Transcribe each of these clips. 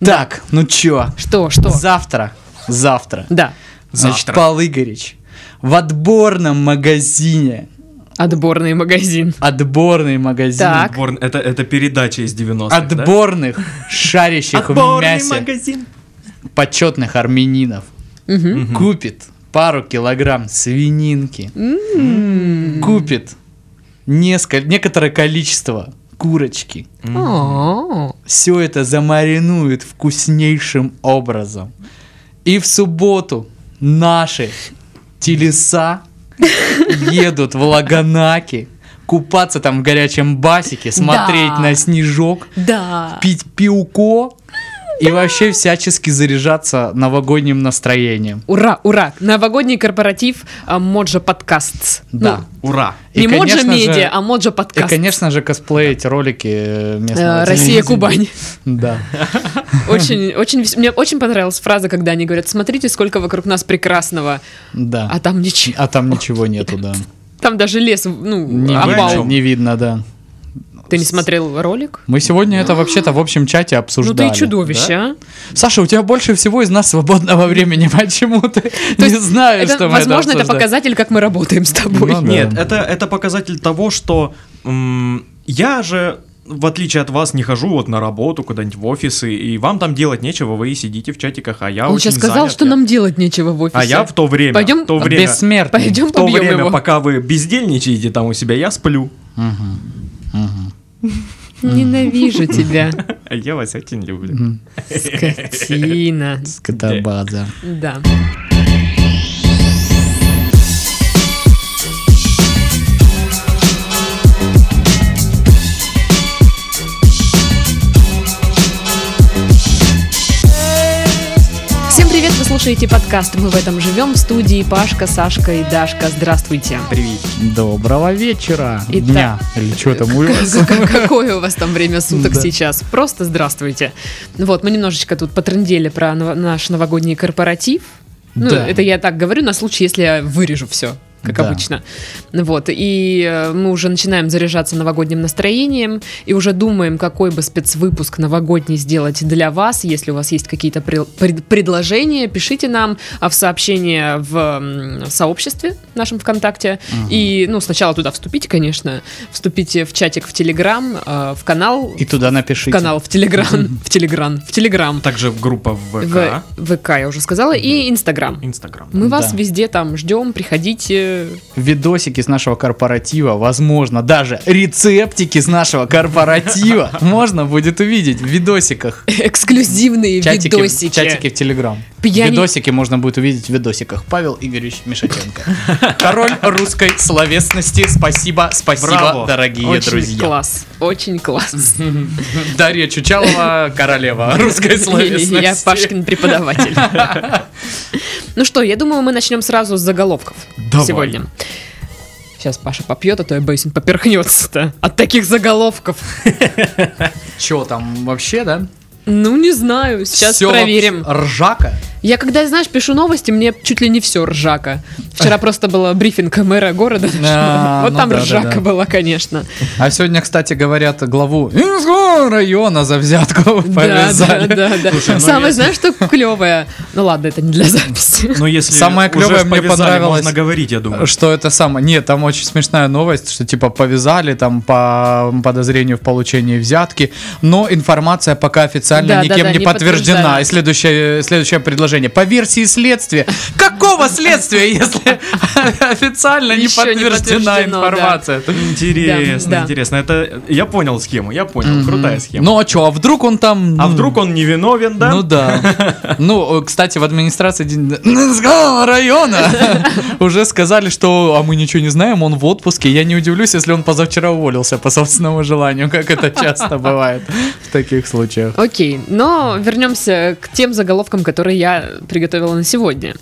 Так, ну чё? Что, что? Завтра, завтра, Да. значит, Пал Игоревич в отборном магазине, Отборный магазин. отборный магазин Так. Отбор- Это, это передача из 90-х, да? отборных, шарящих в Отборный мясе, магазин. почетных армянинов Мгм. купит пару килограмм свининки, купит несколько, некоторое количество курочки, О, все это замаринует вкуснейшим образом. И в субботу наши телеса едут в Лаганаки купаться там в горячем басике, смотреть Да. на снежок, Да. пить пивко и вообще всячески заряжаться новогодним настроением. Ура, ура. Новогодний корпоратив а, Моджа Подкастс. Да. Ура. Ну, не И, Моджа конечно же- Медиа, а Моджа И, Подкаст. конечно же, косплеить ролики э, местного Э, Россия, телевидения. Кубань. Да. Очень, очень вес- Мне очень понравилась фраза, когда они говорят, смотрите, сколько вокруг нас прекрасного, Да. а там ничего. А там ничего нету, да. Там даже лес, ну, Не опал. видно, не видно, да. Ты не смотрел ролик? Мы сегодня это вообще-то в общем чате Ну обсуждали. ты и чудовище, а? Саша, у тебя больше всего из нас свободного времени. Почему ты То не есть знаешь, Это, что мы возможно, это обсуждаем? показатель, как мы работаем с тобой. Ну, да. Нет, это, это показатель того, что м, я же, в отличие от вас, не хожу вот на работу куда-нибудь в офисы, и вам там делать нечего, вы и сидите в чатиках, а я Он очень сейчас сказал, занят, что я- нам делать нечего в офисе. А я в то время, Пойдем- в то время, Бессмертный. Пойдем в то побьем время, его. пока вы бездельничаете там у себя, я сплю. Ненавижу тебя, А я вас очень люблю. скотина. Скотобаза. Да. Всем привет, вы слушаете подкаст «Мы в этом живем» в студии Пашка, Сашка и Дашка. Здравствуйте. Привет. Доброго вечера. Итак. Дня. Или что там у вас? Как- как- Какое у вас там время суток Да. сейчас? Просто здравствуйте. Вот, мы немножечко тут потрындели про ново- наш новогодний корпоратив. Ну, Да. это я так говорю на случай, если я вырежу все, как Да. обычно. Вот, и э, мы уже начинаем заряжаться новогодним настроением и уже думаем, какой бы спецвыпуск новогодний сделать для вас. Если у вас есть какие-то прел- пред- предложения, пишите нам а, в сообщение в м, сообществе нашем ВКонтакте. И, ну, сначала туда вступите, конечно. Вступите в чатик в Телеграм, э, в канал... И туда в напишите. канал, в Телеграм, в Телеграм, в Телеграм. Также в группа в В ВК, ВК, я уже сказала, и Инстаграм. Инстаграм. Мы вас Да. везде там ждем, приходите. Видосики с нашего корпоратива, возможно, даже рецептики с нашего корпоратива можно будет увидеть в видосиках. Эксклюзивные Чатики, видосики. чатики в Телеграм. Пьяни- Видосики можно будет увидеть в видосиках. Павел Игоревич Мишатенко. Король русской словесности. Спасибо, спасибо, Браво. дорогие Очень друзья. класс, очень класс. Дарья Чучалова, королева русской словесности. Я Пашкин преподаватель. Ну что, я думаю, мы начнем сразу с заголовков Давай. сегодня. Сейчас Паша попьет, а то я боюсь, он поперхнется-то от таких заголовков. Че там вообще, да? Ну, не знаю, сейчас Всё проверим. вообще Ржака. Я когда, знаешь, пишу новости, мне чуть ли не все ржака. Вчера просто было брифинг мэра города. Да, Вот ну там да, да, ржака да. была, конечно. А сегодня, кстати, говорят, главу Инского района за взятку Да, да, повязали. да, да. Слушай, ну Самое, если- знаешь, что клевое? Ну ладно, это не для записи. Но если Самое уже клёвое ж мне повязали, понравилось- Можно говорить, я думаю. Что это самое? Нет, там очень смешная новость, что типа повязали там по подозрению в получении взятки, но информация пока официально Да, да, никем да, не, не подтверждена. подтверждена. И следующее, следующее предложение. По версии следствия. Какого следствия, если официально не Ещё не подтверждена подтверждено, да. информация? Интересно, Да, да. интересно. Это я понял схему, я понял. Крутая схема. Ну а что, а вдруг он там... А ну, вдруг он невиновен, да? Ну да. Ну, э, кстати, в администрации Дин- Нинского района уже сказали, что а мы ничего не знаем, он в отпуске. Я не удивлюсь, если он позавчера уволился по собственному желанию, как это часто бывает в таких случаях. Окей, но вернемся к тем заголовкам, которые я приготовила на сегодня.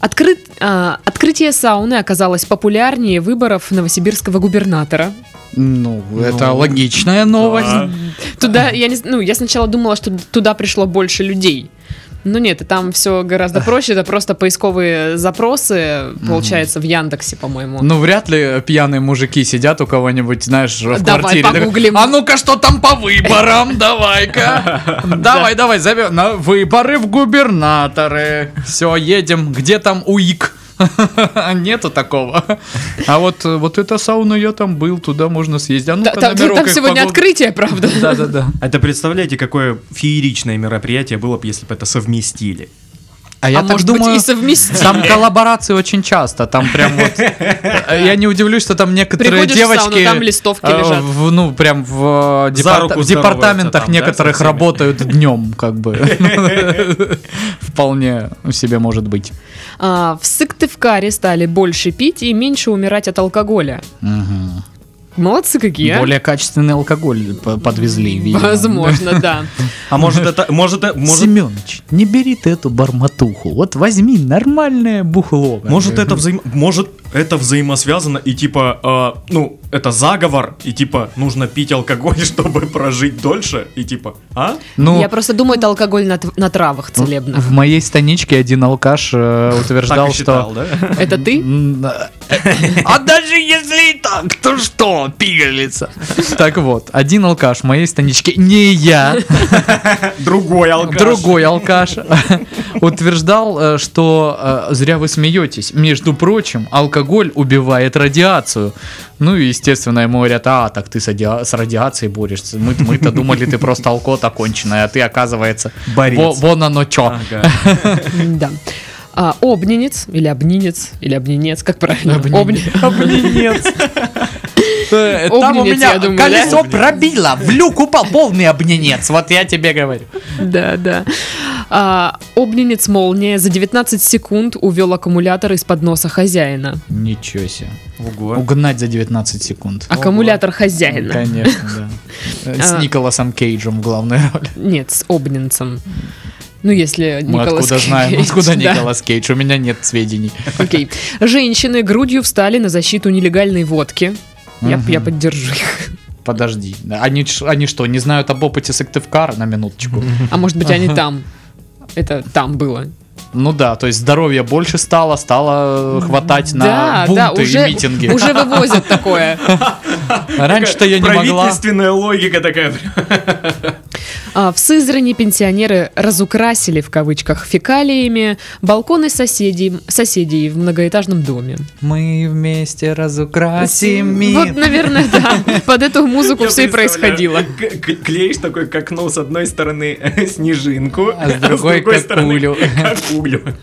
Открыт- а, открытие сауны оказалось популярнее выборов новосибирского губернатора. Ну, это Ну, логичная новость. да. Туда я не, с- ну я сначала думала, что туда пришло больше людей. Ну нет, и там все гораздо проще, это просто поисковые запросы, получается, в Яндексе, по-моему. Ну, вряд ли пьяные мужики сидят у кого-нибудь, знаешь, в Давай квартире. погуглим. а ну-ка, что там по выборам? Давай-ка. Давай, давай, зовем. На выборы в губернаторы. Все, едем. Где там УИК? Нету такого. А вот, э, вот эта сауна, я там был, туда можно съездить. А ну-ка, Та- Там, номерок там их сегодня погугли. открытие, правда. Да-да-да. Это представляете, какое фееричное мероприятие было бы, если бы это совместили? А А я так может быть думаю, и совместить. Там коллаборации очень часто, там прям вот. э, Я не удивлюсь, что там некоторые Приходишь в сауну, девочки. там листовки э, лежат. в- Ну, прям в э, За департа- руку в департаментах здороваются там, да, некоторых со всеми? работают днем, как бы. Вполне себе может быть. А, в Сыктывкаре стали больше пить и меньше умирать от алкоголя. Мгм. Молодцы какие. а. Более качественный алкоголь по- подвезли, видимо. Возможно, да. А может это... Может, это- может, Семёныч, не бери ты эту барматуху. Вот возьми нормальное бухло. как Может бы. это, взаим... Может, это взаимосвязано и типа, э, ну, это заговор, и типа, нужно пить алкоголь, чтобы прожить дольше, и типа, а? Ну, Я просто думаю, это алкоголь на, тв- на травах целебных. в моей станичке один алкаш э, утверждал, так и что считал, да? Это ты? А даже если и так, то что, пигалица? Так вот, один алкаш в моей станичке, не я, Другой алкаш. другой алкаш, утверждал, э, что э, зря вы смеетесь. Между прочим, алкоголь убивает радиацию. Ну и, естественно, ему говорят, а, так ты с радиа- с радиацией борешься. Мы- Мы-то думали, ты просто алкота конченая, а ты, оказывается, Борец. во- вон оно чё. Ага. Да. А, обнинец или обнинец или обнинец, как правильно? Обни- Обнинец. Э, Там у Обнинец, меня я думаю, колесо пробило, в люк упал полный обнинец, вот я тебе говорю. Да, да. А, обнинец молния за 19 секунд увел аккумулятор из-под носа хозяина. Ничего себе. Ого. Угнать за 19 секунд. Аккумулятор хозяина. Конечно, да. Э, С А. Николасом Кейджем в главной роли. Нет, с обнинцем. Ну, если Мы Николас откуда знаем, Кейдж, откуда да. Николас Кейдж, у меня нет сведений. Окей. Женщины грудью встали на защиту нелегальной водки. Я, Мгм. я поддержу их. Подожди, они, ч- они что, не знают об опыте Сыктывкара на минуточку? А может быть, они там. Это там было. Ну да, то есть здоровья больше стало, стало хватать на да, да, бунты уже, и митинги. уже вывозят такое. Раньше-то я не могла. Правительственная логика такая. А, в Сызрани пенсионеры разукрасили в кавычках фекалиями балконы соседей, соседей в многоэтажном доме. Мы вместе разукрасим Вот, мир. наверное, да. Под эту музыку Я все и представляю, происходило. к- к- Клеишь такой к окну с одной стороны снежинку, А с другой стороны кокулю. кокулю.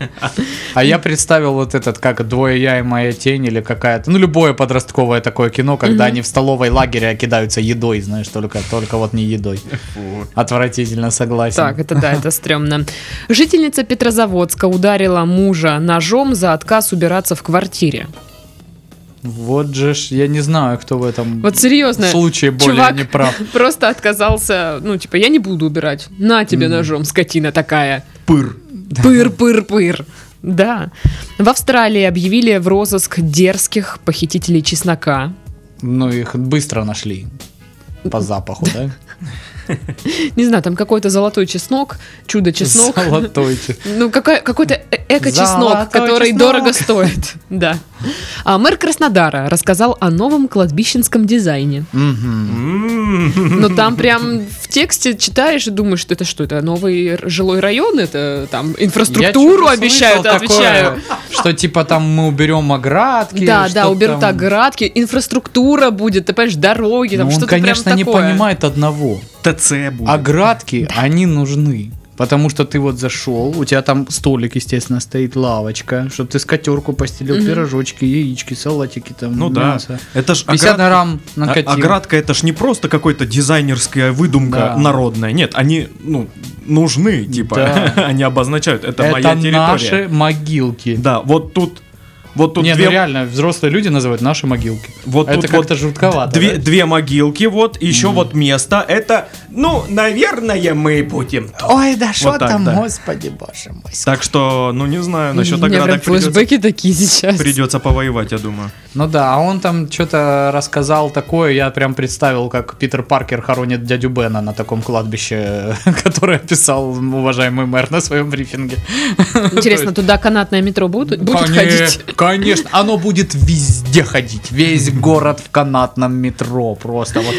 А я представил вот этот, как «Двое я и моя тень» или какая-то, ну, любое подростковое такое кино, когда они в столовой лагере кидаются едой, знаешь, только, только вот не едой. Фу. Отвратительно, согласен. Так, это да, это стрёмно. Жительница Петрозаводска ударила мужа ножом за отказ убираться в квартире. Вот же ж, я не знаю, кто в этом Вот серьезно, случае более чувак неправ. просто отказался, ну, типа, я не буду убирать. На тебе ножом, скотина такая. Пыр. Пыр-пыр-пыр. Да. В Австралии объявили в розыск дерзких похитителей чеснока. Ну, их быстро нашли. По запаху, да? Не знаю, там какой-то золотой чеснок, чудо-чеснок. Золотой. чес- Ну, какая- какой-то э- эко-чеснок, Золотой который чеснок. дорого стоит. Да. А мэр Краснодара рассказал о новом кладбищенском дизайне. Мгм. М. Но там прям в тексте читаешь и думаешь, что это что, это новый р- жилой район, это там инфраструктуру Я чё-то обещают, слышал отвечаю. такое, Что типа там мы уберем оградки. Да, что да, уберут там. оградки, инфраструктура будет, ты понимаешь, дороги, Но там Ну, он, что-то прям конечно, не такое. понимает одного. ТЦ будет. А Оградки, они нужны. Потому что ты вот зашел, у тебя там столик, естественно, стоит, лавочка, чтобы ты скатерку постелил, Мгм. пирожочки, яички, салатики там. Ну да. мясо. Это ж 50 оградка- грамм А- накатил. Оградка это ж не просто какой-то дизайнерская выдумка Да. народная. Нет, они ну, нужны, типа. Да. они обозначают. Это, Это моя территория. наши могилки. Да, вот тут. Вот тут Не, две, ну реально, взрослые люди называют наши могилки. вот это тут как-то вот жутковато. две, да? две могилки, вот еще вот место. Это ну, наверное, мы будем тут. Ой, да что так, там, да. господи, боже мой. Так что, ну, не знаю, У насчет меня прям оградок придется, флешбеки такие сейчас. придется повоевать, я думаю. Ну да, а он там что-то рассказал такое, я прям представил, как Питер Паркер хоронит дядю Бена на таком кладбище, которое писал уважаемый мэр на своем брифинге. Интересно, туда канатное метро будут, будут Коне- ходить? Конечно, оно будет везде ходить. Весь город в канатном метро. Просто вот.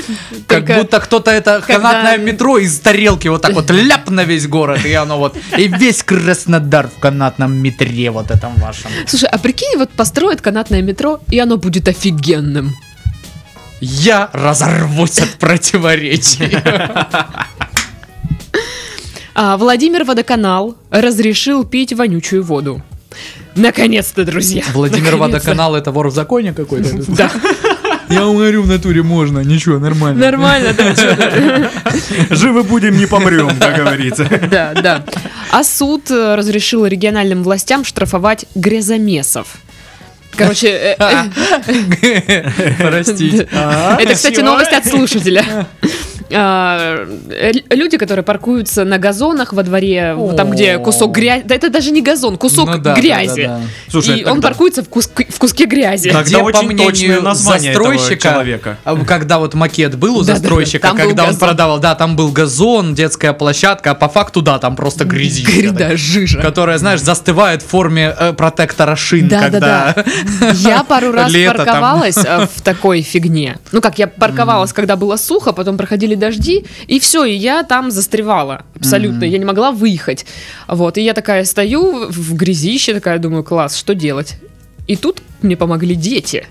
Как Только будто кто-то это когда- канатное метро из тарелки вот так вот ляп на весь город. И оно вот. И весь Краснодар в канатном метре вот этом вашем. Слушай, а прикинь, вот построят канатное метро, и оно будет офигенным. Я разорвусь от противоречий. А, Владимир Водоканал разрешил пить вонючую воду. Наконец-то, друзья. Владимир наконец-то. Водоканал это вор в законе какой-то. Да, Я уморю в натуре можно, ничего, нормально. нормально, да, чё Живы будем, не помрем, как говорится. ты, да, да. А суд э, разрешил региональным властям штрафовать грязомесов. Короче, э, э, Простите. Ну А? это, кстати, Чего? новость от слушателя. А, э, Люди, которые паркуются на газонах во дворе, вот там, где О. кусок грязи, да это даже не газон, Ну кусок да, да, грязи. да, да. Слушай, И он тогда- паркуется в куск- в куске грязи. Тогда Где, по очень точное мнению название этого застройщика, человека. а, Когда вот макет был у Да-да-да, застройщика, там был когда он газон. продавал, да, там был газон, детская площадка, а по факту, да, там просто Гри- грязи. да, жижа. Которая, знаешь, застывает в форме э, протектора шин, Да, когда... да, да. Я пару раз Лето там. парковалась э, в такой фигне. Ну как, я парковалась, когда было сухо, потом проходили дожди, и все, и я там застревала абсолютно. Я не могла выехать. Вот, и я такая стою в- в грязище, такая думаю, класс, что делать? И тут мне помогли дети.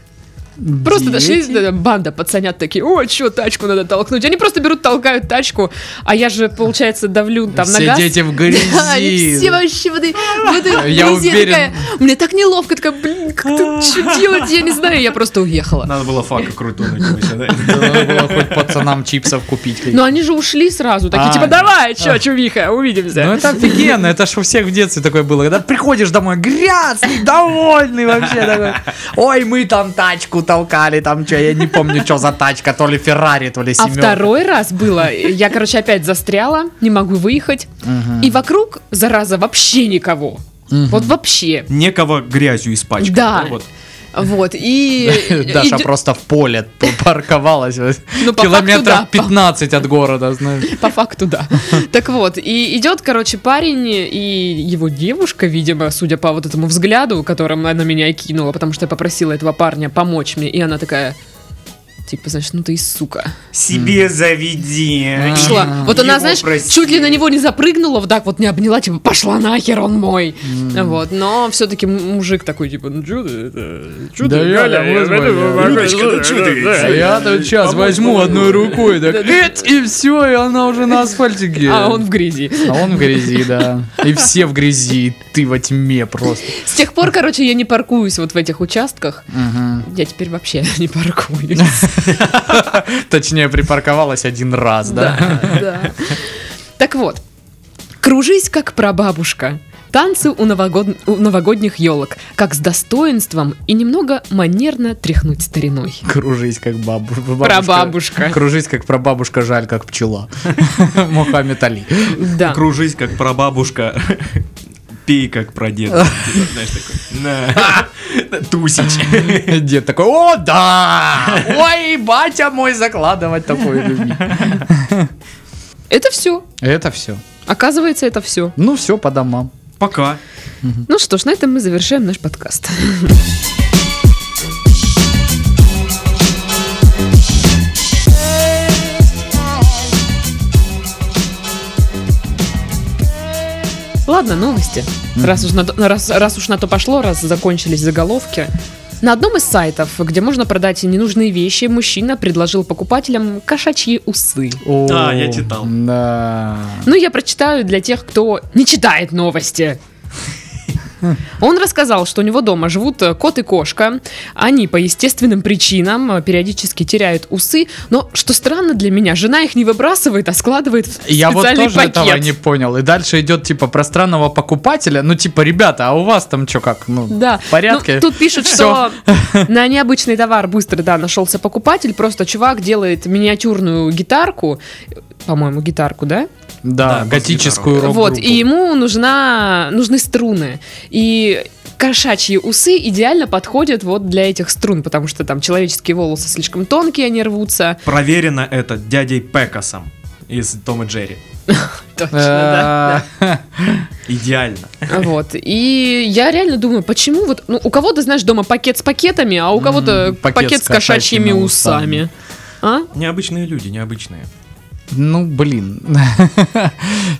Просто дошли, да, банда пацанят такие, о, что, тачку надо толкнуть. Они просто берут, толкают тачку, а я же, получается, давлю там на Все газ. дети в Да, они все грязи. вообще в этой, в этой Я грязи. Я уверен. такая, мне так неловко, такая, блин, как тут, что делать, я не знаю, я просто уехала. Надо было фака крутую накинуть, а, да? Да, Надо было хоть пацанам чипсов купить. Но они же ушли сразу, такие, А. типа, давай, чё, чувиха, Ну увидимся. это офигенно, это ж у всех в детстве такое было. Когда приходишь домой грязный, довольный вообще такой. Ой, мы там тачку толкали, там что, я не помню, что за тачка, то ли Феррари, то ли А Семерка. второй раз было, я, короче, опять застряла, не могу выехать, и вокруг, зараза, вообще никого. Вот вообще. Некого грязью испачкать. Да. вот. Вот, и... Даша иди- просто в поле парковалась. вот, Ну, по факту, да, Километров по- 15 от города, знаешь. По факту, да. Так вот, и идет, короче, парень и его девушка, видимо, судя по вот этому взгляду, которым она меня и кинула, потому что я попросила этого парня помочь мне, и она такая... Типа, значит, ну ты и сука. Себе заведи. Пошла. Вот она, Его знаешь, прости. чуть ли на него не запрыгнула, вот так вот не обняла, типа, пошла нахер, он мой. Вот, но все-таки мужик такой, типа, ну чё ты, это, чё Да ты, я Галя, там я возьму, пойду, я- Галя, да, да, да». А Я тут сейчас возьму одной рукой, так, «Эть!» и все, и она уже на асфальтике. А он в грязи. А он в грязи, да. И все в грязи, и ты во тьме просто. С тех пор, короче, я не паркуюсь вот в этих участках. Мгм. Я теперь вообще не паркуюсь. Точнее, припарковалась один раз, да? да. Так вот, кружись как прабабушка. Танцы у, новогод- у новогодних елок, как с достоинством и немного манерно тряхнуть стариной. Кружись как бабу- бабушка. Прабабушка. Кружись как прабабушка, жаль, как пчела. Мухаммед Али. Да. Кружись, как прабабушка. Пей, как прадеда. Типа, Знаешь, такой. На. Тусич. Дед такой, о, да! Ой, батя мой, закладывать такое любит. Это все. Это все. Оказывается, это все. Ну, все по домам. Пока. Ну что ж, на этом мы завершаем наш подкаст. Ладно, новости. Раз уж, на, то- раз, раз уж на то пошло, раз закончились заголовки. На одном из сайтов, где можно продать ненужные вещи, мужчина предложил покупателям кошачьи усы. О, А, Да, я читал. Да. Ну, я прочитаю для тех, кто не читает новости. Он рассказал, что у него дома живут э, кот и кошка. Они по естественным причинам э, периодически теряют усы, но, что странно для меня, жена их не выбрасывает, а складывает в Я вот специальный тоже пакет. этого не понял. И дальше идет типа про странного покупателя. Ну, типа, ребята, а у вас там что как? Ну, Да. в порядке? Ну, тут пишут, Всё. что на необычный товар быстро, да, нашелся покупатель. Просто чувак делает миниатюрную гитарку, по-моему, гитарку, да? Да, Да, готическую бас-гитару. рок Вот, и ему нужна, нужны струны. И кошачьи усы идеально подходят вот для этих струн, потому что там человеческие волосы слишком тонкие, они рвутся. Проверено это дядей Пекасом из Тома Джерри. Э, Точно, да. Идеально. Вот. И я реально думаю, почему вот, ну, у кого-то, знаешь, дома пакет с пакетами, а у М, кого-то пакет пакет с с кошачьими кошачьими усами. А? Необычные люди, необычные. Ну, блин.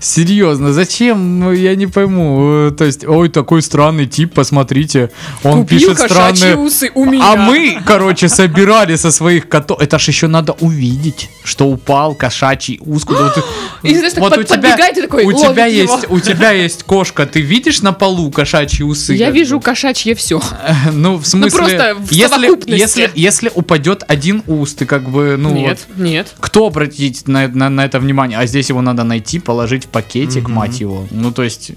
Серьезно, зачем? Ну, Я не пойму. Э, То есть, ой, такой странный тип, посмотрите. Он Купил пишет кошачьи странные... усы у меня. А мы, короче, собирали со своих котов. Это ж еще надо увидеть, что упал кошачий ус. куда вот- И, знаешь, так Вот под- у тебя- подбегает и такой, у тебя ловит его. есть, у тебя есть кошка. Ты видишь на полу кошачьи усы? Я как вижу бы? кошачье все. Ну, в смысле, просто в если, совокупности. если, если упадет один ус, ты как бы, ну, вот, Нет, нет. кто обратить на, на, на это внимание? А здесь его надо найти, положить в пакетик, мать его. Ну, то есть...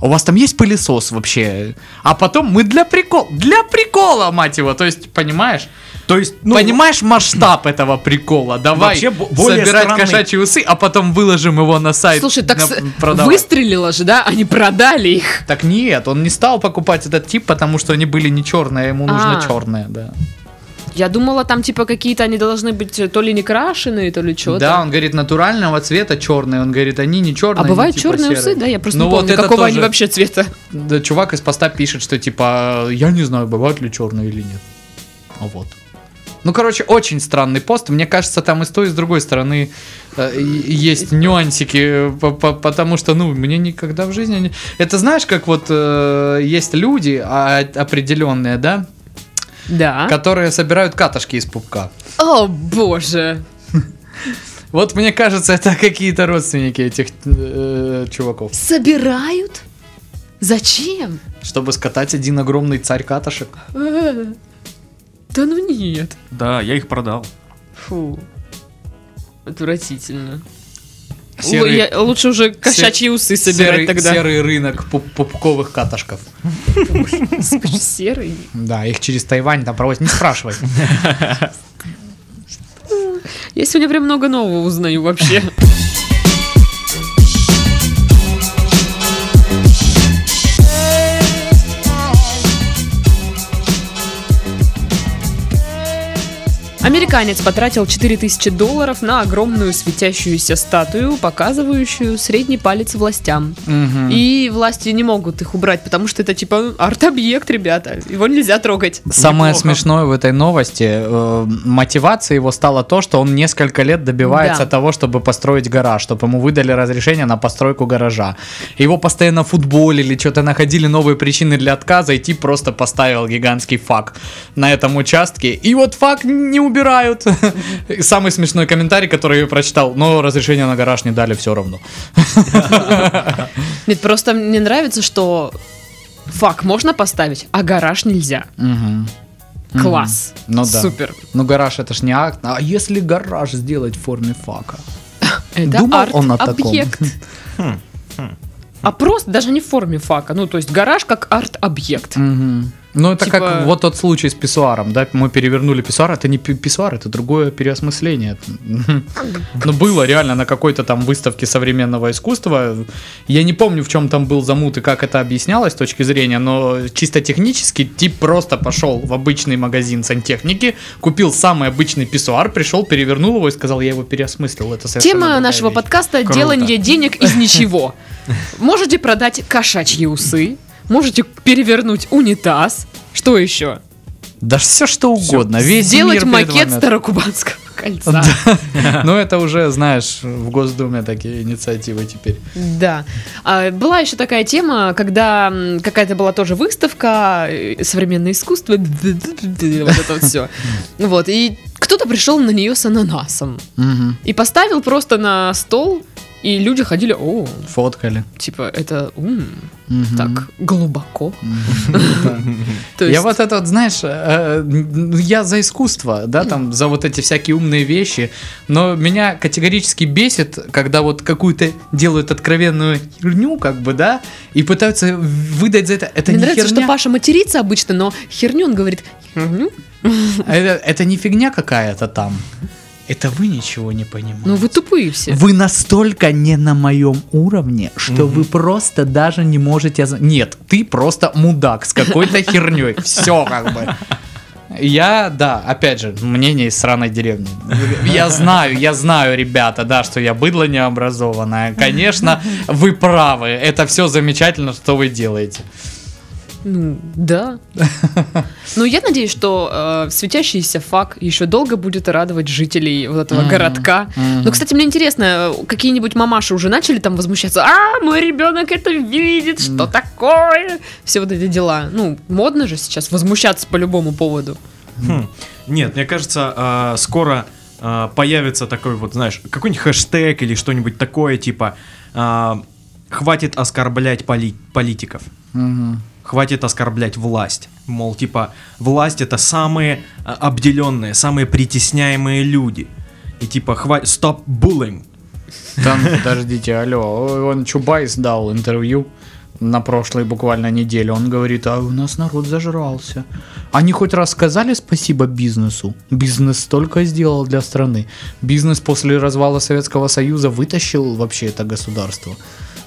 У вас там есть пылесос вообще? А потом мы для прикола, для прикола, мать его, то есть, понимаешь? То есть, ну, понимаешь масштаб этого прикола? Давай Вообще, бо- более собирать странный- кошачьи усы, а потом выложим его на сайт. Слушай, так на- с- продавать. выстрелила же, да? Они продали их. Так нет, он не стал покупать этот тип, потому что они были не черные, а ему нужно А. черное, да. Я думала, там типа какие-то они должны быть э, то ли не крашеные, то ли что-то. Да, он говорит натурального цвета черные, он говорит они не черные. А бывают они, типа, черные усы, серые. да? Я просто Ну не вот помню, это какого они тоже. вообще цвета. Да, чувак из поста пишет, что типа я не знаю, бывают ли черные или нет. А вот. Ну, короче, очень странный пост. Мне кажется, там и с той, и с другой стороны э, и- есть нюансики, э, по- по- потому что, ну, мне никогда в жизни не... Это знаешь, как вот э, есть люди а, определенные, да, Да. которые собирают катышки из пупка. О, боже. Вот мне кажется, это какие-то родственники этих э, чуваков. Собирают? Зачем? Чтобы скатать один огромный царь катышек. Э, Да ну нет. да, я их продал. Фу. Отвратительно. Л- Серый, я лучше уже кошачьи усы собирать серый- тогда. серый рынок пуп- пупковых катышков. Господи, серый. Да, их через Тайвань там проводят. Не спрашивай. Я сегодня прям много нового узнаю вообще. Американец потратил 4000 долларов на огромную светящуюся статую, показывающую средний палец властям. И власти не могут их убрать, потому что это типа арт-объект, ребята. Его нельзя трогать. Самое Неплохо. смешное в этой новости, э, мотивацией его стало то, что он несколько лет добивается Да. того, чтобы построить гараж, чтобы ему выдали разрешение на постройку гаража. Его постоянно футболили, что-то находили новые причины для отказа, и тип просто поставил гигантский фак на этом участке. И вот фак не убирают. И Самый смешной комментарий, который я прочитал, но разрешение на гараж не дали все равно. Нет, просто мне нравится, что фак можно поставить, а гараж нельзя. Мгм. Класс. Ну да. Супер. Ну гараж это ж не акт. А если гараж сделать в форме фака? Это Думал он о таком. Хм, арт-объект. А просто даже не в форме фака. Ну, то есть гараж как арт-объект. Мгм. Ну, это Типа- как вот тот случай с писсуаром, да? Мы перевернули писсуар, а это не пи- писсуар, это другое переосмысление. Ну, было реально на какой-то там выставке современного искусства. Я не помню, в чем там был замут и как это объяснялось с точки зрения, но чисто технически тип просто пошел в обычный магазин сантехники, купил самый обычный писсуар, пришел, перевернул его и сказал, я его переосмыслил. Это совершенно Тема другая нашего вещь». подкаста Круто. «Деланье денег из ничего». Можете продать кошачьи усы, можете перевернуть унитаз. Что еще? Да все что угодно. Весь мир Сделать перед макет вами. Старокубанского кольца. Ну, это уже, знаешь, в Госдуме такие инициативы теперь. Да. А, была еще такая тема, когда м, какая-то была тоже выставка э, современное искусство, вот это вот все. Вот и кто-то пришел на нее с ананасом и поставил просто на стол. И люди ходили, о, Фоткали. типа, это м, Мгм. так глубоко. Да. То Я есть, вот это вот, знаешь, э, н- н- я за искусство, да, там, за вот эти всякие умные вещи, но меня категорически бесит, когда вот какую-то делают откровенную херню, как бы, да, и пытаются выдать за это, это мне не нравится, херня, что Паша матерится обычно, но херню он говорит, херню. это, это не фигня какая-то там. Это вы ничего не понимаете. Ну вы тупые все. Вы настолько не на моем уровне, что Мгм. вы просто даже не можете... оз- Нет, ты просто мудак с какой-то херней. Все как бы. Я, да, опять же, мнение из сраной деревни. Я знаю, я знаю, ребята, да, что я быдло необразованное. Конечно, вы правы. Это все замечательно, что вы делаете. Ну, да. Ну, я надеюсь, что э, светящийся фак еще долго будет радовать жителей вот этого Мгм. городка. Мгм. Ну, кстати, мне интересно, э, какие-нибудь мамаши уже начали там возмущаться. А, мой ребенок это видит, что Мгм. такое? Все вот эти дела. Ну, модно же сейчас возмущаться по любому поводу. Хм. Нет, мне кажется, а, скоро а, появится такой вот, знаешь, какой-нибудь хэштег или что-нибудь такое, типа а, «Хватит оскорблять поли- политиков». Мгм. Хватит оскорблять власть. Мол, типа, власть это самые а, обделенные, самые притесняемые люди. И типа, хватит, stop bullying. Там, подождите, алло, он Чубайс дал интервью на прошлой буквально неделе. Он говорит, а у нас народ зажрался. Они хоть раз сказали спасибо бизнесу? Бизнес столько сделал для страны. Бизнес после развала Советского Союза вытащил вообще это государство.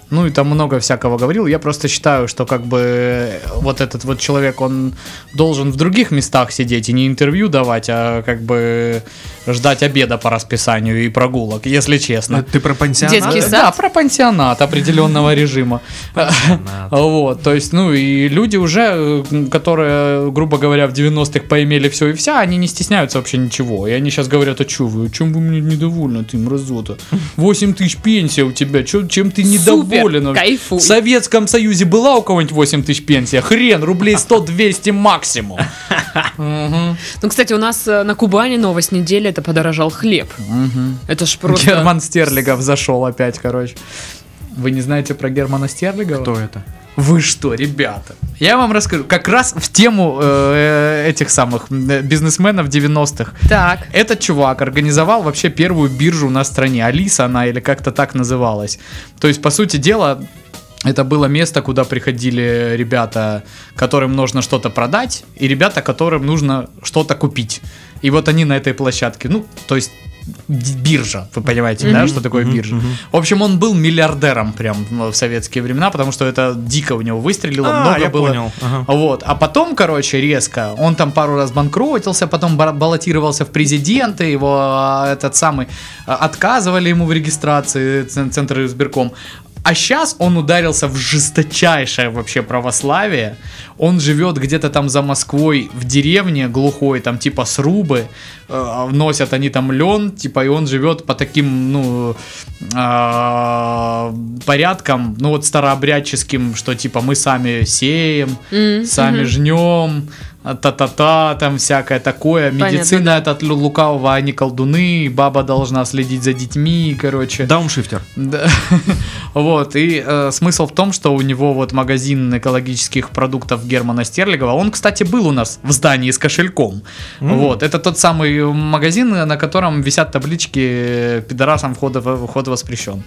Ну и там много всякого говорил. Я просто считаю, что как бы э, вот этот вот человек, он должен в других местах сидеть и не интервью давать, а как бы ждать обеда по расписанию и прогулок, если честно. Ну, Ты про пансионат? Детский Да, сад? Да, про пансионат определенного режима. Пансионат. Вот, то есть, ну и люди уже, э, которые, грубо говоря, в 90-х поимели все и вся, они не стесняются вообще ничего. И они сейчас говорят, а чё вы, чем вы мне недовольны, ты мразота? 8 тысяч пенсия у тебя, чё- чем ты недоволен? Супер, вообще? кайфуй. В Советском Союзе была у кого-нибудь 8 тысяч пенсия? Хрен, рублей 100-200 максимум. Мгм, Ну, кстати, у нас э, на Кубани новость недели, это подорожал хлеб. мгм. Это ж просто... Герман Стерлигов зашел опять, короче. Вы не знаете про Германа Стерлигова? Кто это? Вы что, ребята? Я вам расскажу. Как раз в тему э, этих самых м, э, бизнесменов 90-х. Так. Этот чувак организовал вообще первую биржу на стране. Алиса она или как-то так называлась. То есть, по сути дела, это было место, куда приходили ребята, которым нужно что-то продать, и ребята, которым нужно что-то купить. И вот они на этой площадке. Ну, то есть д- биржа, вы понимаете, да, Мгм. что такое Мгм, биржа. мгм. В общем, он был миллиардером прям в советские времена, потому что это дико у него выстрелило, А, много я было. понял. Ага. Вот. А потом, короче, резко, он там пару раз банкротился, потом ба- баллотировался в президенты, его а, этот самый а, отказывали ему в регистрации цен- Центр избирком. А сейчас он ударился в жесточайшее вообще православие. Он живет где-то там за Москвой в деревне глухой, там типа срубы. Э, Носят они там лен, типа, и он живет по таким, ну, а, порядкам, ну вот старообрядческим, что типа мы сами сеем, М, сами мгм. жнем, а, та-та-та, там всякое такое. Понятно, Медицина это от лю- лукавого, а не колдуны, баба должна следить за детьми, короче. Дауншифтер. Да. Вот, и э, смысл в том, что у него вот магазин экологических продуктов Германа Стерлигова, он, кстати, был у нас в здании с кошельком. М. Вот, это тот самый магазин, на котором висят таблички э, «Пидорасам вход, в- вход воспрещен».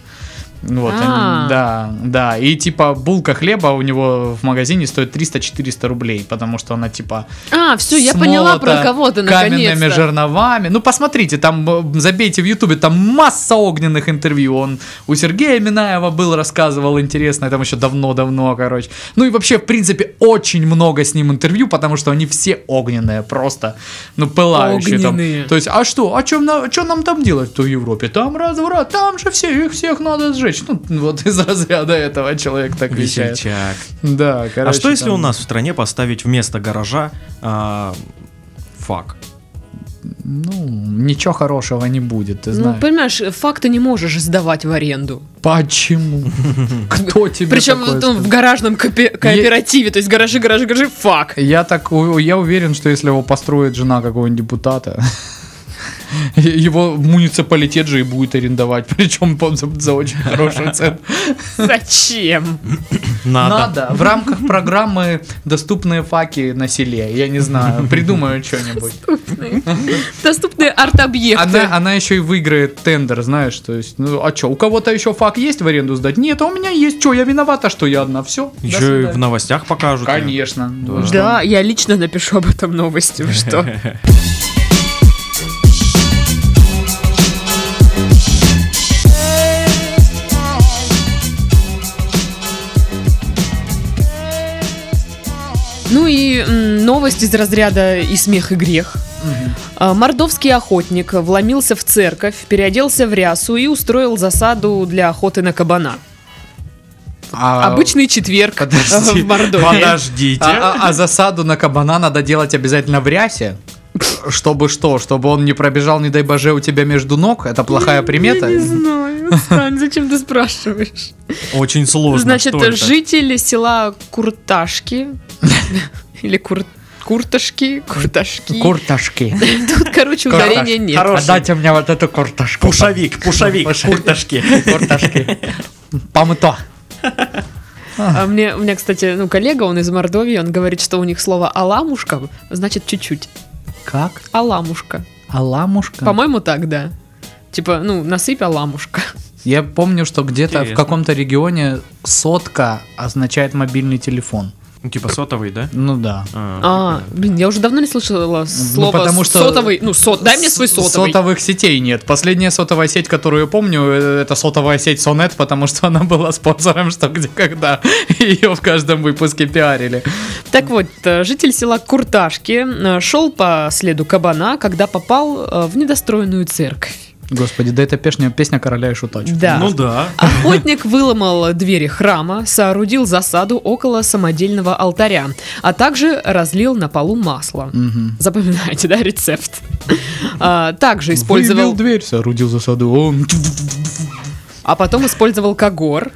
Вот, они- А. да, да, и типа булка хлеба у него в магазине стоит 300-400 рублей, потому что она типа А, все, я смолота поняла про кого ты каменными наконец-то. жерновами. Ну, посмотрите, там э, забейте в Ютубе, там масса огненных интервью. Он у Сергея Минаева был, рассказывал интересно, там еще давно-давно, короче. Ну и вообще, в принципе, очень много с ним интервью, потому что они все огненные, просто, ну, пылающие там. Огненные. То есть, а что, а чем на, чё нам там делать-то в Европе? Там разврат, там же все, их всех надо сжечь. Ну, вот из разряда этого человек так вещает. Весельчак. Да, короче. а что если там- у нас в стране поставить вместо гаража а, фак? Ну, ничего хорошего не будет, ты Ну, знаешь. понимаешь, факты не можешь сдавать в аренду. Почему? Кто тебе Причем такое в том- в сказал? гаражном копе- кооперативе, то есть гаражи, гаражи, гаражи, фак. я так у- я уверен, что если его построит жена какого-нибудь депутата, его муниципалитет же и будет арендовать, причем по- за за очень хорошую цену. Зачем? Надо. Надо в рамках программы доступные факи на селе. Я не знаю, придумаю что-нибудь. Доступные- Доступные арт-объекты. Она, она еще и выиграет тендер, знаешь, то есть, ну а что, у кого-то еще фак есть в аренду сдать? Нет, а у меня есть, что, я виновата, что я одна, все. Еще и в новостях покажут. её. Конечно. Да. Да, я лично напишу об этом новости, вы что. Ну и м, новость из разряда «И смех, и грех». А, Мордовский охотник вломился в церковь, переоделся в рясу и устроил засаду для охоты на кабана. А- Обычный четверг подожди, в Мордовии. Подождите. А, а- а засаду на кабана надо делать обязательно в рясе? Чтобы что? Чтобы он не пробежал, не дай боже, у тебя между ног? Это плохая примета? Я не знаю, Сань, зачем ты спрашиваешь? Очень сложно. Значит, что это? жители села Курташки или Кур- Курташки, Курташки. Курташки. Тут, короче, ударения нет. А Хороший. Отдайте мне вот эту курташку. Пушовик, пушовик, курташки. Курташки. Помыто. А мне, у меня, кстати, ну, коллега, он из Мордовии, он говорит, что у них слово «аламушка» значит чуть-чуть. Как? А «Аламушка». Аламушка? По-моему, так, да. Типа, ну, насыпь аламушка. Я помню, что где-то в Интересно. каком-то регионе сотка означает мобильный телефон. Ну, типа сотовый, да? Ну да. А, блин, я уже давно не слышала слово потому что- сотовый. Ну, сот, дай мне С- свой сотовый. Сотовых сетей нет. Последняя сотовая сеть, которую я помню, э, это сотовая сеть Сонет, потому что она была спонсором что где когда. Ее в каждом выпуске пиарили. Так вот, э, житель села Курташки э, шел по следу кабана, когда попал э, в недостроенную церковь. Господи, да это песня, песня короля и шуточек. Да. Ну да. Охотник выломал двери храма, соорудил засаду около самодельного алтаря, а также разлил на полу масло. Мгм. Запоминаете, да, рецепт? А, Также Выбил использовал... дверь, соорудил засаду. Он А потом использовал когор,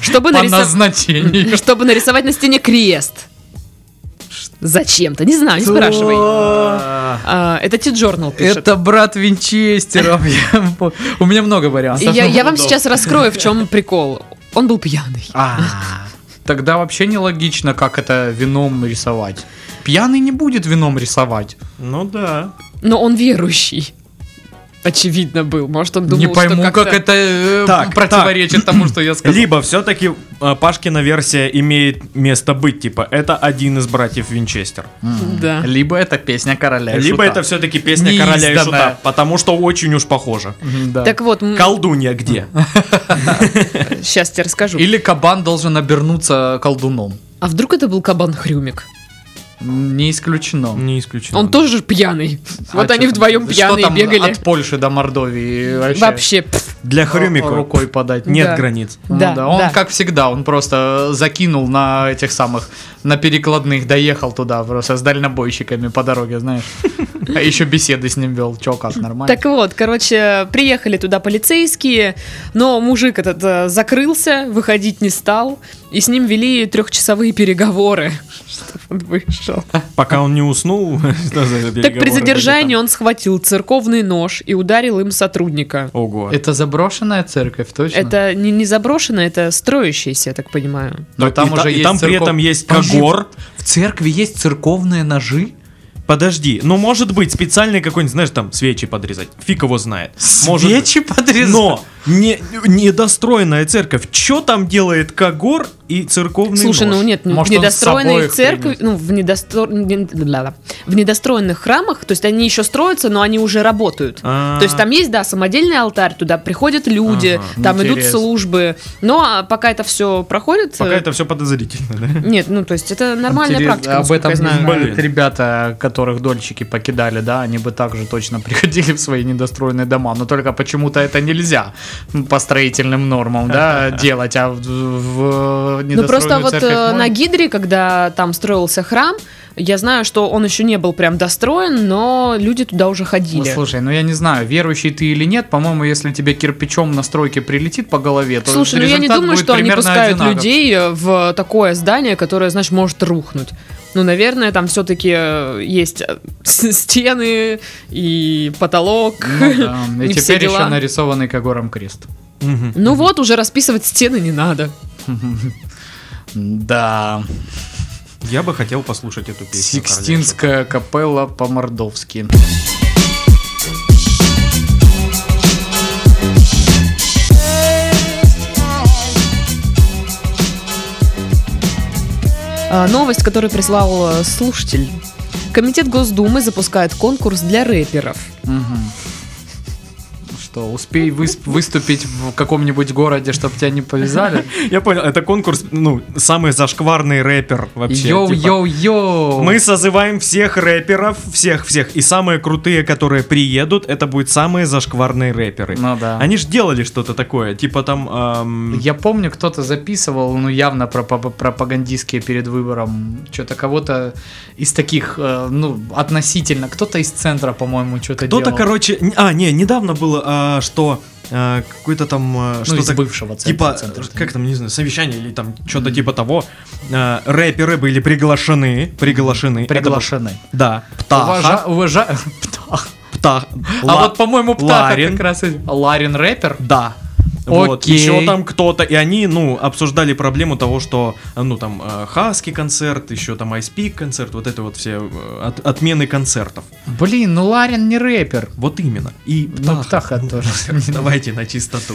чтобы по нарисовать... назначению. Чтобы нарисовать на стене крест. Зачем-то, не знаю, не спрашивай. А, А, Это Ти-Джорнал пишет. Это брат Винчестеров. Я по- У меня много И вариантов. Ну, Я, я вам сейчас раскрою, в чем прикол. Он был пьяный. А, Тогда вообще нелогично, как это вином рисовать. Пьяный не будет вином рисовать. Ну да. Но он верующий. Очевидно был. Может, он думал, не пойму, что как это э, Так, противоречит тому, что я сказал. Либо все-таки Пашкина версия имеет место быть, типа это один из братьев Винчестер. Да. Либо это песня короля. и Либо шута. это все-таки песня Неизданная. короля и шута, потому что очень уж похоже. М, да. Так вот, Колдунья где? сейчас тебе расскажу. Или кабан должен обернуться колдуном. А вдруг это был кабан Хрюмик? М, Не исключено. Не исключено. Он тоже пьяный. вот А они чё там- вдвоем Что пьяные там бегали. от Польши до Мордовии вообще? Вообще, пф, Для Р- Хрюмика Рукой подать. А, нет Да. границ. Ну да, Он, да. как всегда, он просто закинул на этих самых, на перекладных, доехал туда просто с дальнобойщиками по дороге, знаешь. А еще беседы с ним вел. Че, как, нормально? Так вот, короче, приехали туда полицейские, но мужик этот э, закрылся, выходить не стал, и с ним вели трехчасовые переговоры, чтобы он вышел. Пока он не уснул. что за Так при переговоры задержании были он схватил церковный нож и ударил им сотрудника. там? Ого. Это заброшенная церковь, точно? Это не, не заброшено, это строящееся, я так понимаю. Но И та- и там при церков- этом есть Подожди, когор. В церкви есть церковные ножи? Подожди, ну может быть специальный какой-нибудь, знаешь, там свечи подрезать. Фиг его знает. Может быть. Свечи подрезать? Но не, недостроенная церковь. Чё там делает Когор и церковный Слушай, нож? ну нет, ну, Может, в он с собой недостроенной их церкви, принес? ну, в, недостро- не- ла-ла. в недостроенных храмах, то есть они еще строятся, но они уже работают. А. То есть там есть, да, самодельный алтарь, туда приходят люди, Ага, там идут интересно. службы. Но а пока это все проходит... Пока э, это все подозрительно, Нет, ну то есть это нормальная Интерес- практика, Об насколько этом я знаю. не знают Блин. ребята, которых дольщики покидали, да, они бы также точно приходили в свои недостроенные дома, но только почему-то это нельзя по строительным нормам, да, делать, а в, в Ну просто недостроенную вот церковь э, можно? Ну, на Гидре, когда там строился храм, я знаю, что он еще не был прям достроен, но люди туда уже Ну, ходили. слушай, ну я не знаю, верующий ты или нет, по-моему, если тебе кирпичом на стройке прилетит по голове, то Слушай, ну я не результат думаю, будет что они примерно пускают одинаков. людей э, в такое здание, которое, знаешь, может рухнуть. Ну, наверное, там все-таки есть э, с- стены и потолок. Ну да, и И все теперь еще дела. нарисованный Когором крест. да? Мгм. Ну вот, уже расписывать стены не надо. Да, Я бы хотел послушать эту песню. Сикстинская капелла по-мордовски. А, Новость, которую прислал э, слушатель. Комитет Госдумы запускает конкурс для рэперов. Мгм. что успей выс- выступить в каком-нибудь городе, чтобы тебя не повязали. Я понял, это конкурс, ну, самый зашкварный рэпер вообще. типа. Йоу-йоу-йоу! Мы созываем всех рэперов, всех-всех. И самые крутые, которые приедут, это будут самые зашкварные рэперы. Ну да. Они же делали что-то такое, типа там... эм, Я помню, кто-то записывал, ну явно пропа- пропагандистские перед выбором, что-то кого-то из таких, э, ну относительно, кто-то из центра, по-моему, что-то делал. Кто-то, короче... н- А, не, недавно было, а, что а, какой-то там... а, ну, что-то из бывшего центра. Типа, центра, что как там, не знаю, совещание или там что-то типа того. А, рэперы были приглашены. Приглашены. Это приглашены. был- да. Птаха. Уважа- уважа- Птах. Птах. А Ла- вот, по-моему, Птаха Ларин. как раз... и- Ларин рэпер? Да. Вот, Окей. еще там кто-то, и они, ну, обсуждали проблему того, что, э, ну, там, э, Хаски концерт, еще там Айспик концерт, вот это вот все э, от- отмены концертов. Блин, ну Ларин не рэпер. Вот именно. И Ну, Птаха тоже. Давайте на чистоту.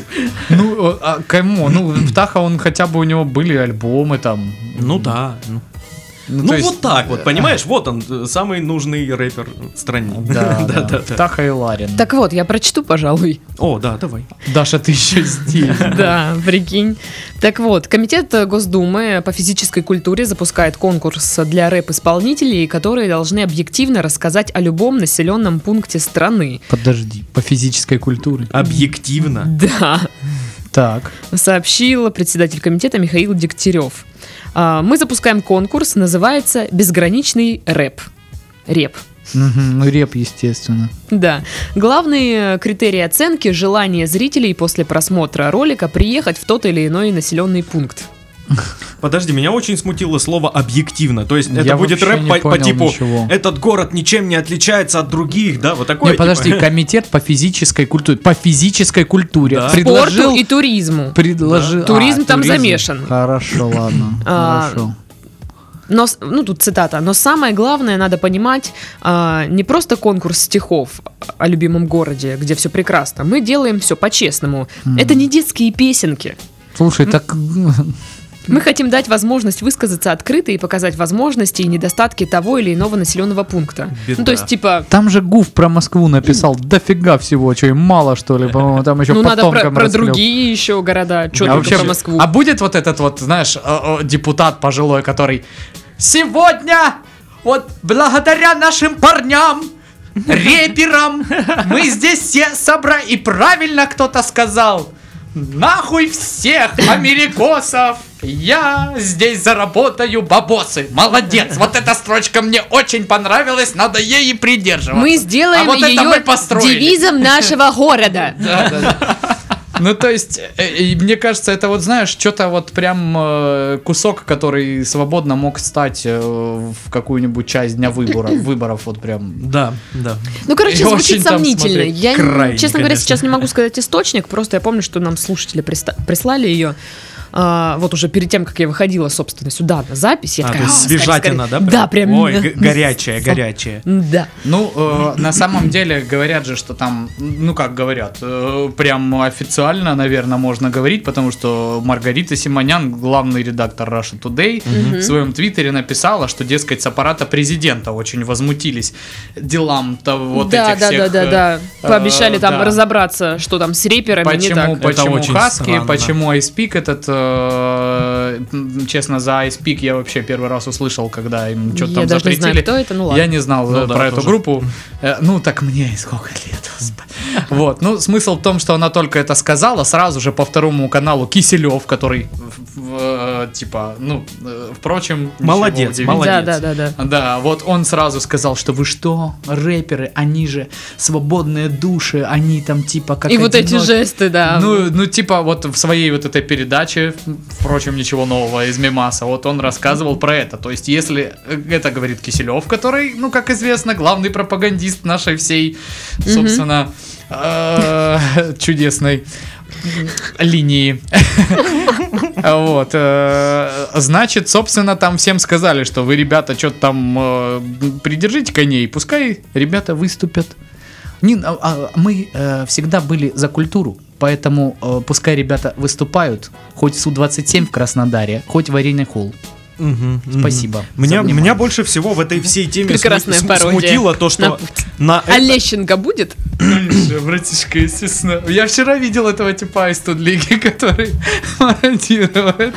Ну, э, а, кому? Ну, Птаха, он хотя бы у него были альбомы там. Ну да. Ну, Ну, Ну, то есть- вот так вот, понимаешь? Вот он, э, самый нужный рэпер в стране. Да, да, да, да. Птаха и Ларин. Так вот, я прочту, пожалуй. О, да, давай. Даша, ты еще здесь. Да, прикинь. Так вот, Комитет Госдумы по физической культуре запускает конкурс для рэп-исполнителей, которые должны объективно рассказать о любом населенном пункте страны. Подожди, по физической культуре. Объективно. Да, Так. сообщил председатель комитета Михаил Дегтярев. А, Мы запускаем конкурс, называется «Безграничный рэп». Реп. Мгм, Ну, реп, естественно. Да. Главные э, критерии оценки – желание зрителей после просмотра ролика приехать в тот или иной населенный пункт. Подожди, меня очень смутило слово объективно. То есть это Я будет вообще рэп не по, по понял типу ничего. этот город ничем не отличается от других, да, вот такое. Не, подожди, типа. комитет по физической культуре. По физической культуре. Да. Предложил... Спорту и туризму. предложил... А, Да. Туризм там замешан. Хорошо, ладно. А, Хорошо. Но, с- ну тут цитата, но самое главное надо понимать а, не просто конкурс стихов о любимом городе, где все прекрасно. Мы делаем все по-честному. Мгм. Это не детские песенки. Слушай, так... Мы хотим дать возможность высказаться открыто и показать возможности и недостатки того или иного населенного пункта. Ну, Беда. то есть, типа, Там же Гуф про Москву написал дофига всего, что им мало что ли, по-моему, там еще ну надо про, потомкам про расхлеб- другие еще города, что А только вообще, про Москву. А будет вот этот вот, знаешь, э, э, депутат пожилой, который сегодня вот благодаря нашим парням реперам мы здесь все собрали и правильно кто-то сказал нахуй всех америкосов я здесь заработаю бабосы молодец вот эта строчка мне очень понравилась надо ей и придерживаться Мы сделаем а вот это ее мы построили. девизом нашего города. да, да. Ну, то есть, э, и мне кажется, это вот, знаешь, что-то вот прям э, кусок, который свободно мог стать э, в какую-нибудь часть дня выбора, выборов, вот прям. Да, да. Ну, короче, Я очень звучит там сомнительно. смотрю, Я, крайне, честно говоря, конечно. сейчас не могу сказать источник, просто я помню, что нам слушатели приста- прислали ее. а, вот уже перед тем, как я выходила, собственно, сюда на запись, я А, то такая, есть «А, скорее, свежатина, да? скорее». Да, прям. Ой, г- горячая, горячая. Да. Ну, э, на самом деле, говорят же, что там, ну, как говорят, э, прям официально, наверное, можно говорить, потому что Маргарита Симонян, главный редактор Russia Today, в своем твиттере написала, что, дескать, с аппарата президента очень возмутились делам-то вот да, этих да, всех, да, да, э, да. Пообещали э, там да. разобраться, что там с реперами Э, не Почему, так. Это почему очень Хаски, странно. почему Айспик этот, э, м, честно, за Айспик я вообще первый раз услышал, когда им что-то я там даже запретили. не знаю, кто это, ну ладно. Я не знал Ну э, да, про эту тоже. группу. Э, Ну, так мне и сколько лет. господи. Вот. Ну, смысл в том, что она только это сказала, сразу же по второму каналу Киселев, который, в- в- э, типа, ну, э, впрочем, ничего Молодец, удивительного. молодец. Да, да, да, да. Да, вот он сразу сказал, что вы что, рэперы, они же свободные души, они там типа как И вот эти одинокие». жесты, да. Ну, ну, типа, вот в своей вот этой передаче, впрочем, ничего нового из Мимаса, вот он рассказывал про это. То есть, если э, это говорит Киселев, который, ну, как известно, главный пропагандист нашей всей, собственно, э, чудесной линии. Вот. э, Значит, собственно, там всем сказали, что вы, ребята, что-то там э, придержите коней, пускай ребята выступят. Не, а- а мы э, всегда были за культуру, поэтому э, пускай ребята выступают, хоть Су-27 в Краснодаре, хоть в Арене Холл. Мгм, мгм. Спасибо. Меня, за меня больше всего в этой всей теме сму- Прекрасная см- пародия. смутило то, На что на А Лещенко будет? внимание. Братишка, естественно. Я вчера видел этого типа из Тудлиги, который пародирует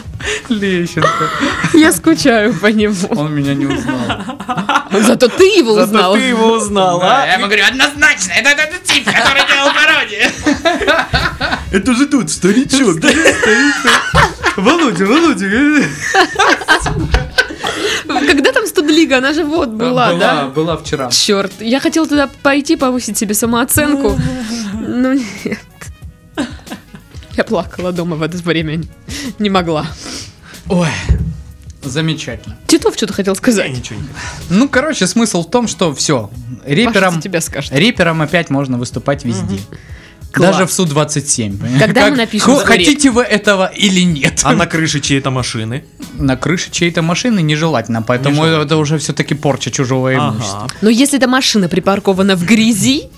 Лещенко. Я скучаю по нему. Он меня не узнал. Зато ты его Зато узнал. ты его узнала. я ему говорю, однозначно, это этот тип, который делал пародию. Это же тут старичок. да? Володя, Володя. Когда там студлига? Она же вот была, да? А, была вчера. Черт, я хотела туда пойти повысить себе самооценку. Ну нет. Я плакала дома в это время. Не могла. Ой, замечательно. Титов что-то хотел Я сказать. ничего не говорю. Ну, короче, смысл в том, что все, Паша репером... за тебя скажет. Репером опять можно выступать везде. Класс. Даже в Су-27. понимаешь? Когда мы Как- напишем хо- за реп? Хотите вы этого или нет? А на крыше чьей-то машины? На крыше чьей-то машины нежелательно, поэтому Нежелательно. это уже все-таки порча чужого имущества. Ага. Но если эта машина припаркована в грязи,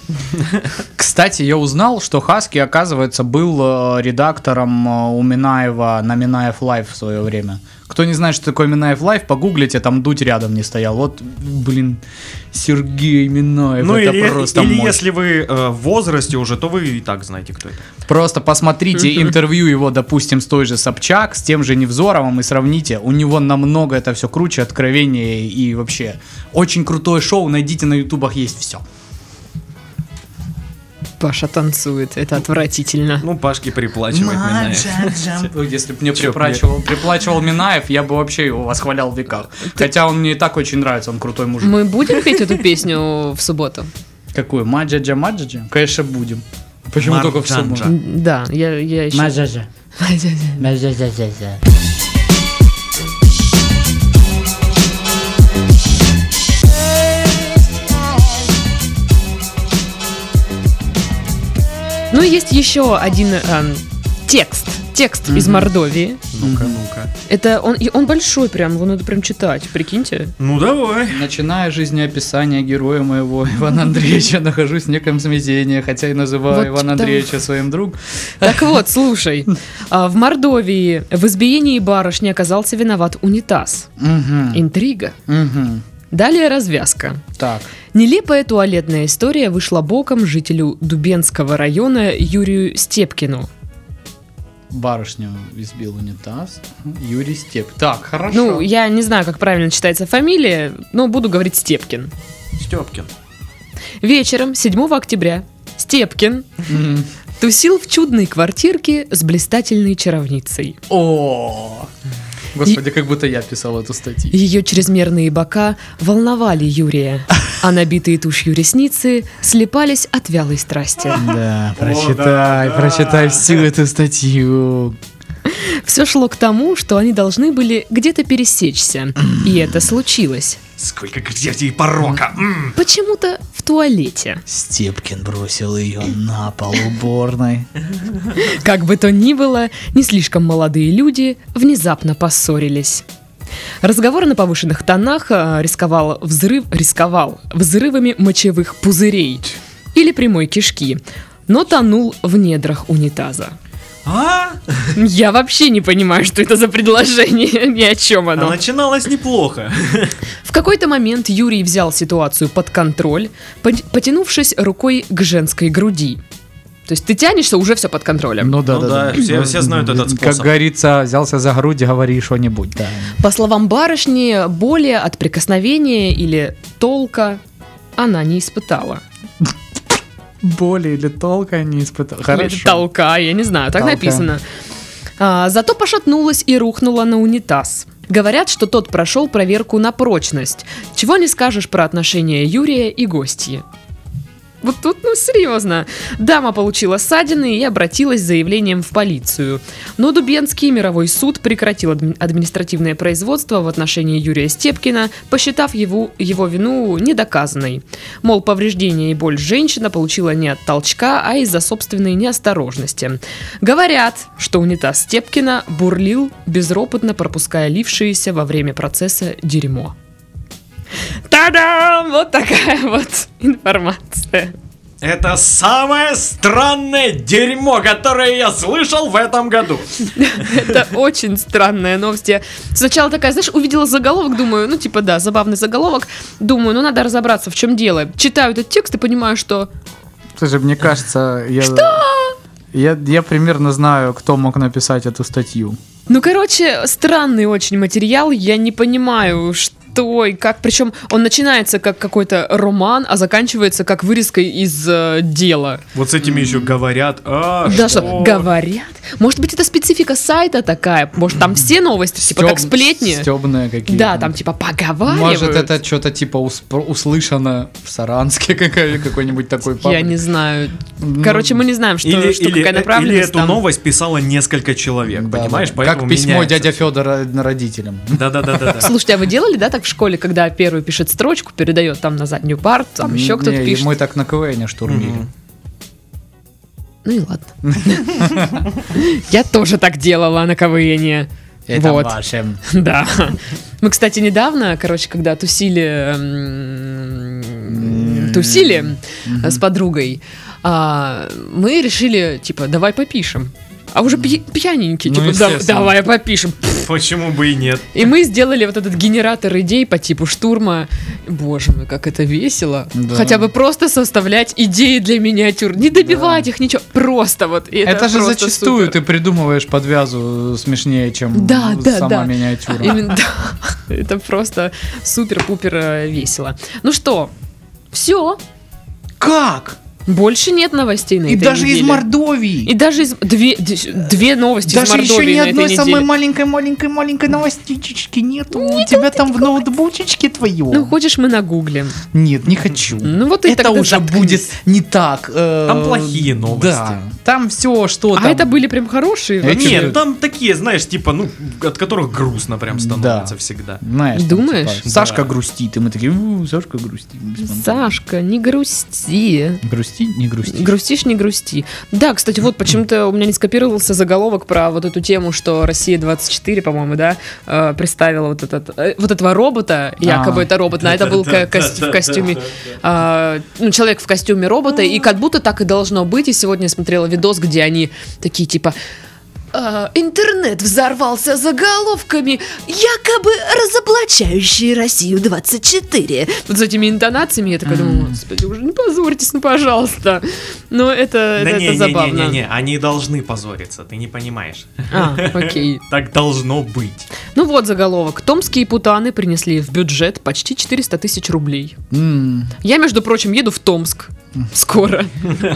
Кстати, я узнал, что Хаски, оказывается, был э, редактором э, у Минаева на Минаев Лайф в свое время. Кто не знает, что такое Минаев Лайф, погуглите, там Дудь рядом не стоял. Вот, блин, Сергей Минаев, Ну это или, просто или мощь. если вы э, в возрасте уже, то вы и так знаете, кто это. Просто посмотрите интервью его, допустим, с той же Собчак, с тем же Невзоровым и сравните. У него намного это все круче, откровение и вообще. Очень крутое шоу, найдите на ютубах, есть все. Паша танцует. Это отвратительно. Ну, Пашки приплачивает меня. Если бы мне Чё, приплачивал, приплачивал Минаев, я бы вообще его восхвалял в веках. Хотя он мне и так очень нравится, он крутой мужик. Мы будем петь эту песню в субботу? Какую? Маджаджа, маджаджа? Конечно, будем. Почему только в Марджанджа. субботу? М, Да, я, я еще... Мазаза. Мазазазаза. Ну и есть еще один эм, текст. Текст из Мордовии. Ну-ка, ну-ка. Это он, и он большой прям, его надо прям читать, прикиньте. Ну давай. Начиная жизнеописание героя моего Ивана Андреевича, нахожусь в неком смятении, хотя и называю Вот Ивана там. Андреевича своим другом. Так вот, слушай. А, В Мордовии в избиении барышни оказался виноват унитаз. Мгм, Интрига. мгм. Далее развязка. Так. Нелепая туалетная история вышла боком жителю Дубенского района Юрию Степкину. Барышню избил унитаз. Юрий Степ. Так, хорошо. Ну, я не знаю, как правильно читается фамилия, но буду говорить Степкин. Степкин. Вечером 7 октября Степкин Мгм. тусил в чудной квартирке с блистательной чаровницей. О, Господи, как будто я писал эту статью. Ее чрезмерные бока волновали Юрия, а набитые тушью ресницы слепались от вялой страсти. Да, прочитай, прочитай всю эту статью. Все шло к тому, что они должны были где-то пересечься, и это случилось. Сколько грязи и порока. М. Почему-то в туалете. Степкин бросил ее на пол уборной. Как бы то ни было, не слишком молодые люди внезапно поссорились. Разговор на повышенных тонах э, рисковал, взрыв, рисковал взрывами мочевых пузырей или прямой кишки, но тонул в недрах унитаза. А? Я вообще не понимаю, что это за предложение, ни о чем А оно. начиналось неплохо. В какой-то момент Юрий взял ситуацию под контроль, пот- потянувшись рукой к женской груди. То есть ты тянешься, уже все под контролем. Ну да, Ну да, все- все знают этот способ. Как говорится, взялся за грудь, говори что-нибудь. Да. По словам барышни, боли от прикосновения или толка она не испытала. Боли или толка не испытал. Или толка, я не знаю, так Толка. написано. А, зато пошатнулась и рухнула на унитаз. Говорят, что тот прошел проверку на прочность. Чего не скажешь про отношения Юрия и гостьи. Вот тут, ну, серьезно. Дама получила ссадины и обратилась с заявлением в полицию. Но Дубенский мировой суд прекратил адми- административное производство в отношении Юрия Степкина, посчитав его, его вину недоказанной. Мол, повреждение и боль женщина получила не от толчка, а из-за собственной неосторожности. Говорят, что унитаз Степкина бурлил, безропотно пропуская лившееся во время процесса дерьмо. Та-дам! Вот такая вот информация. Это самое странное дерьмо, которое я слышал в этом году. Это очень странная новость. Я сначала такая, знаешь, увидела заголовок, думаю, ну типа да, забавный заголовок. Думаю, ну надо разобраться, в чем дело. Читаю этот текст и понимаю, что Слушай, мне кажется, я... Что? Я, я примерно знаю, кто мог написать эту статью. Ну, короче, странный очень материал, я не понимаю, что и как. Причем он начинается как какой-то роман, а заканчивается как вырезка из э, дела. Вот с этими еще говорят. А, Да что, говорят? Может быть, это специфика сайта такая? Может, там все новости, типа как сплетни? Стебные какие-то. Да, там типа поговаривают. Может, это что-то типа успро- услышано в Саранске какая- какой-нибудь такой Я паблик. не знаю. Короче, мы не знаем, что, Или, что или- какая направленность или эту там. новость писало несколько человек, Да, понимаешь? да. Поэтому Как письмо меняется. дядя Федора родителям. Да, да, да, да. да. Слушайте, а вы делали, да, так в школе, когда первый пишет строчку, передает там на заднюю парту, там еще Не, кто-то и пишет? Мы так на КВН штурмили. Мгм. Ну и ладно. Я тоже так делала на КВНе. Это Вот. вашим. Да. Мы, кстати, недавно, короче, когда тусили, м, тусили э, с подругой, а, мы решили, типа, давай попишем. А уже пья- пьяненькие, Ну, типа, «Да- естественно. давай попишем. Пф. Почему бы и нет? И мы сделали вот этот генератор идей по типу штурма. Боже мой, как это весело. Да. Хотя бы просто составлять идеи для миниатюр. Не добивать их, ничего. Просто вот. И Это, же просто зачастую супер. ты придумываешь подвязу смешнее, чем Да, да, сама да. миниатюра. Именно, да. Это просто супер-пупер э, весело. Ну что, все. Как? Больше нет новостей на И этой даже из неделе. Мордовии. И даже из... Две, д- две новости из даже еще Мордовии ни на этой одной самой неделе. маленькой-маленькой-маленькой новостичечки нету. У тебя там в ноутбучечке твоем. Ну, хочешь, мы нагуглим. Нет, не хочу. Ну, вот и это тогда уже заткнись. будет не так. э, Там плохие новости. Да. Там все, что А там. это были прям хорошие. Э, вот. чё ты- Нет, там такие, знаешь, типа, ну, от которых грустно прям становится Да. всегда. Знаешь, там, Думаешь? типа, Сашка Да. грустит, и мы такие, «У, Сашка грустит. Сашка, не грусти. Грустить, не грустить. Грустишь, не грусти. Да, кстати, вот почему-то у меня не скопировался заголовок про вот эту тему, что Россия 24, по-моему, да, э, представила вот, этот, э, вот этого робота, якобы А. это робот, но это был ко- кос- в костюме, а, ну, человек в костюме робота, и как будто так и должно быть. И сегодня я смотрела видос, где они такие типа... «А, Интернет взорвался заголовками, якобы разоблачающие Россию 24. Вот с этими интонациями я такая думаю, господи, уже не позорьтесь, ну пожалуйста. Но это, это, Да это не, не, не, забавно. не, не, они должны позориться, ты не понимаешь. А, окей. Так должно быть. Ну вот заголовок. Томские путаны принесли в бюджет почти 400 тысяч рублей. М, Я, между прочим, еду в Томск скоро.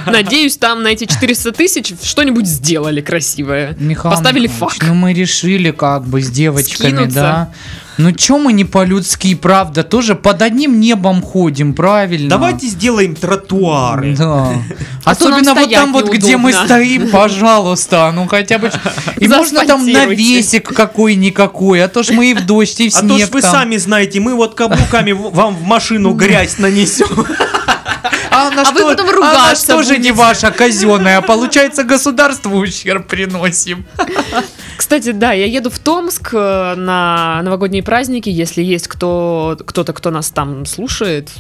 Надеюсь, там на эти 400 тысяч что-нибудь сделали красивое. Михаил Поставили Михайлович, фак. Ну мы решили как бы с девочками, Скинуться. да. Ну чё мы не по-людски, правда? Тоже под одним небом ходим, правильно? Давайте сделаем тротуары. Да. А то нам Особенно вот стоять там вот, где мы неудобно. стоим, пожалуйста, ну хотя бы. И можно там Заасфальтируйте. навесик какой-никакой, а то ж мы и в дождь, и в А то ж снег вы там. сами знаете, мы вот каблуками в- вам в машину грязь нанесем. А на А вы что- потом а на ругаться что же не будете. ваша казенная, а получается государству ущерб приносим. Кстати, да, я еду в Томск э, на новогодние праздники. Если есть кто, кто-то, кто нас там слушает,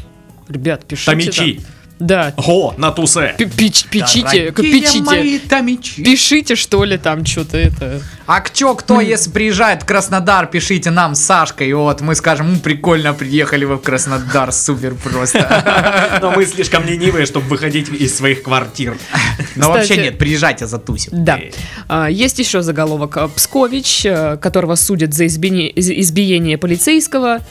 ребят, пишите. Томичи. там. Да. Го, на тусе. Пи- пич- Печите, к- Какие печите. мои томичи. Пишите, что ли, там что-то это. А к чё, кто, если приезжает в Краснодар, пишите нам с Сашкой, вот, мы скажем, «М, прикольно, приехали вы в Краснодар, супер просто. Но мы слишком ленивые, чтобы выходить из своих квартир. Но вообще Кстати- нет, приезжайте, затусим. Да. А, Есть еще заголовок. А, Пскович, э, которого судят за избиение, из- избиение полицейского,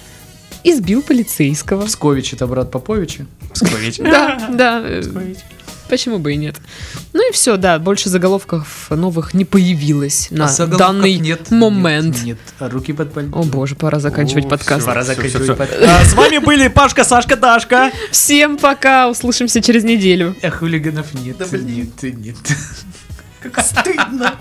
избил полицейского. Пскович это брат Поповича. Пскович. Да, да. э, Почему бы и нет? Ну и все, да, больше заголовков новых не появилось на А Заголовков А, данный нет, момент. Нет, нет. руки под пальто. О боже, пора заканчивать О, подкаст. всё. Пора заканчивать всё. подкаст. А, С вами были Пашка, Сашка, Дашка. Всем пока, услышимся через неделю. А хулиганов нет, нет, нет. Как стыдно.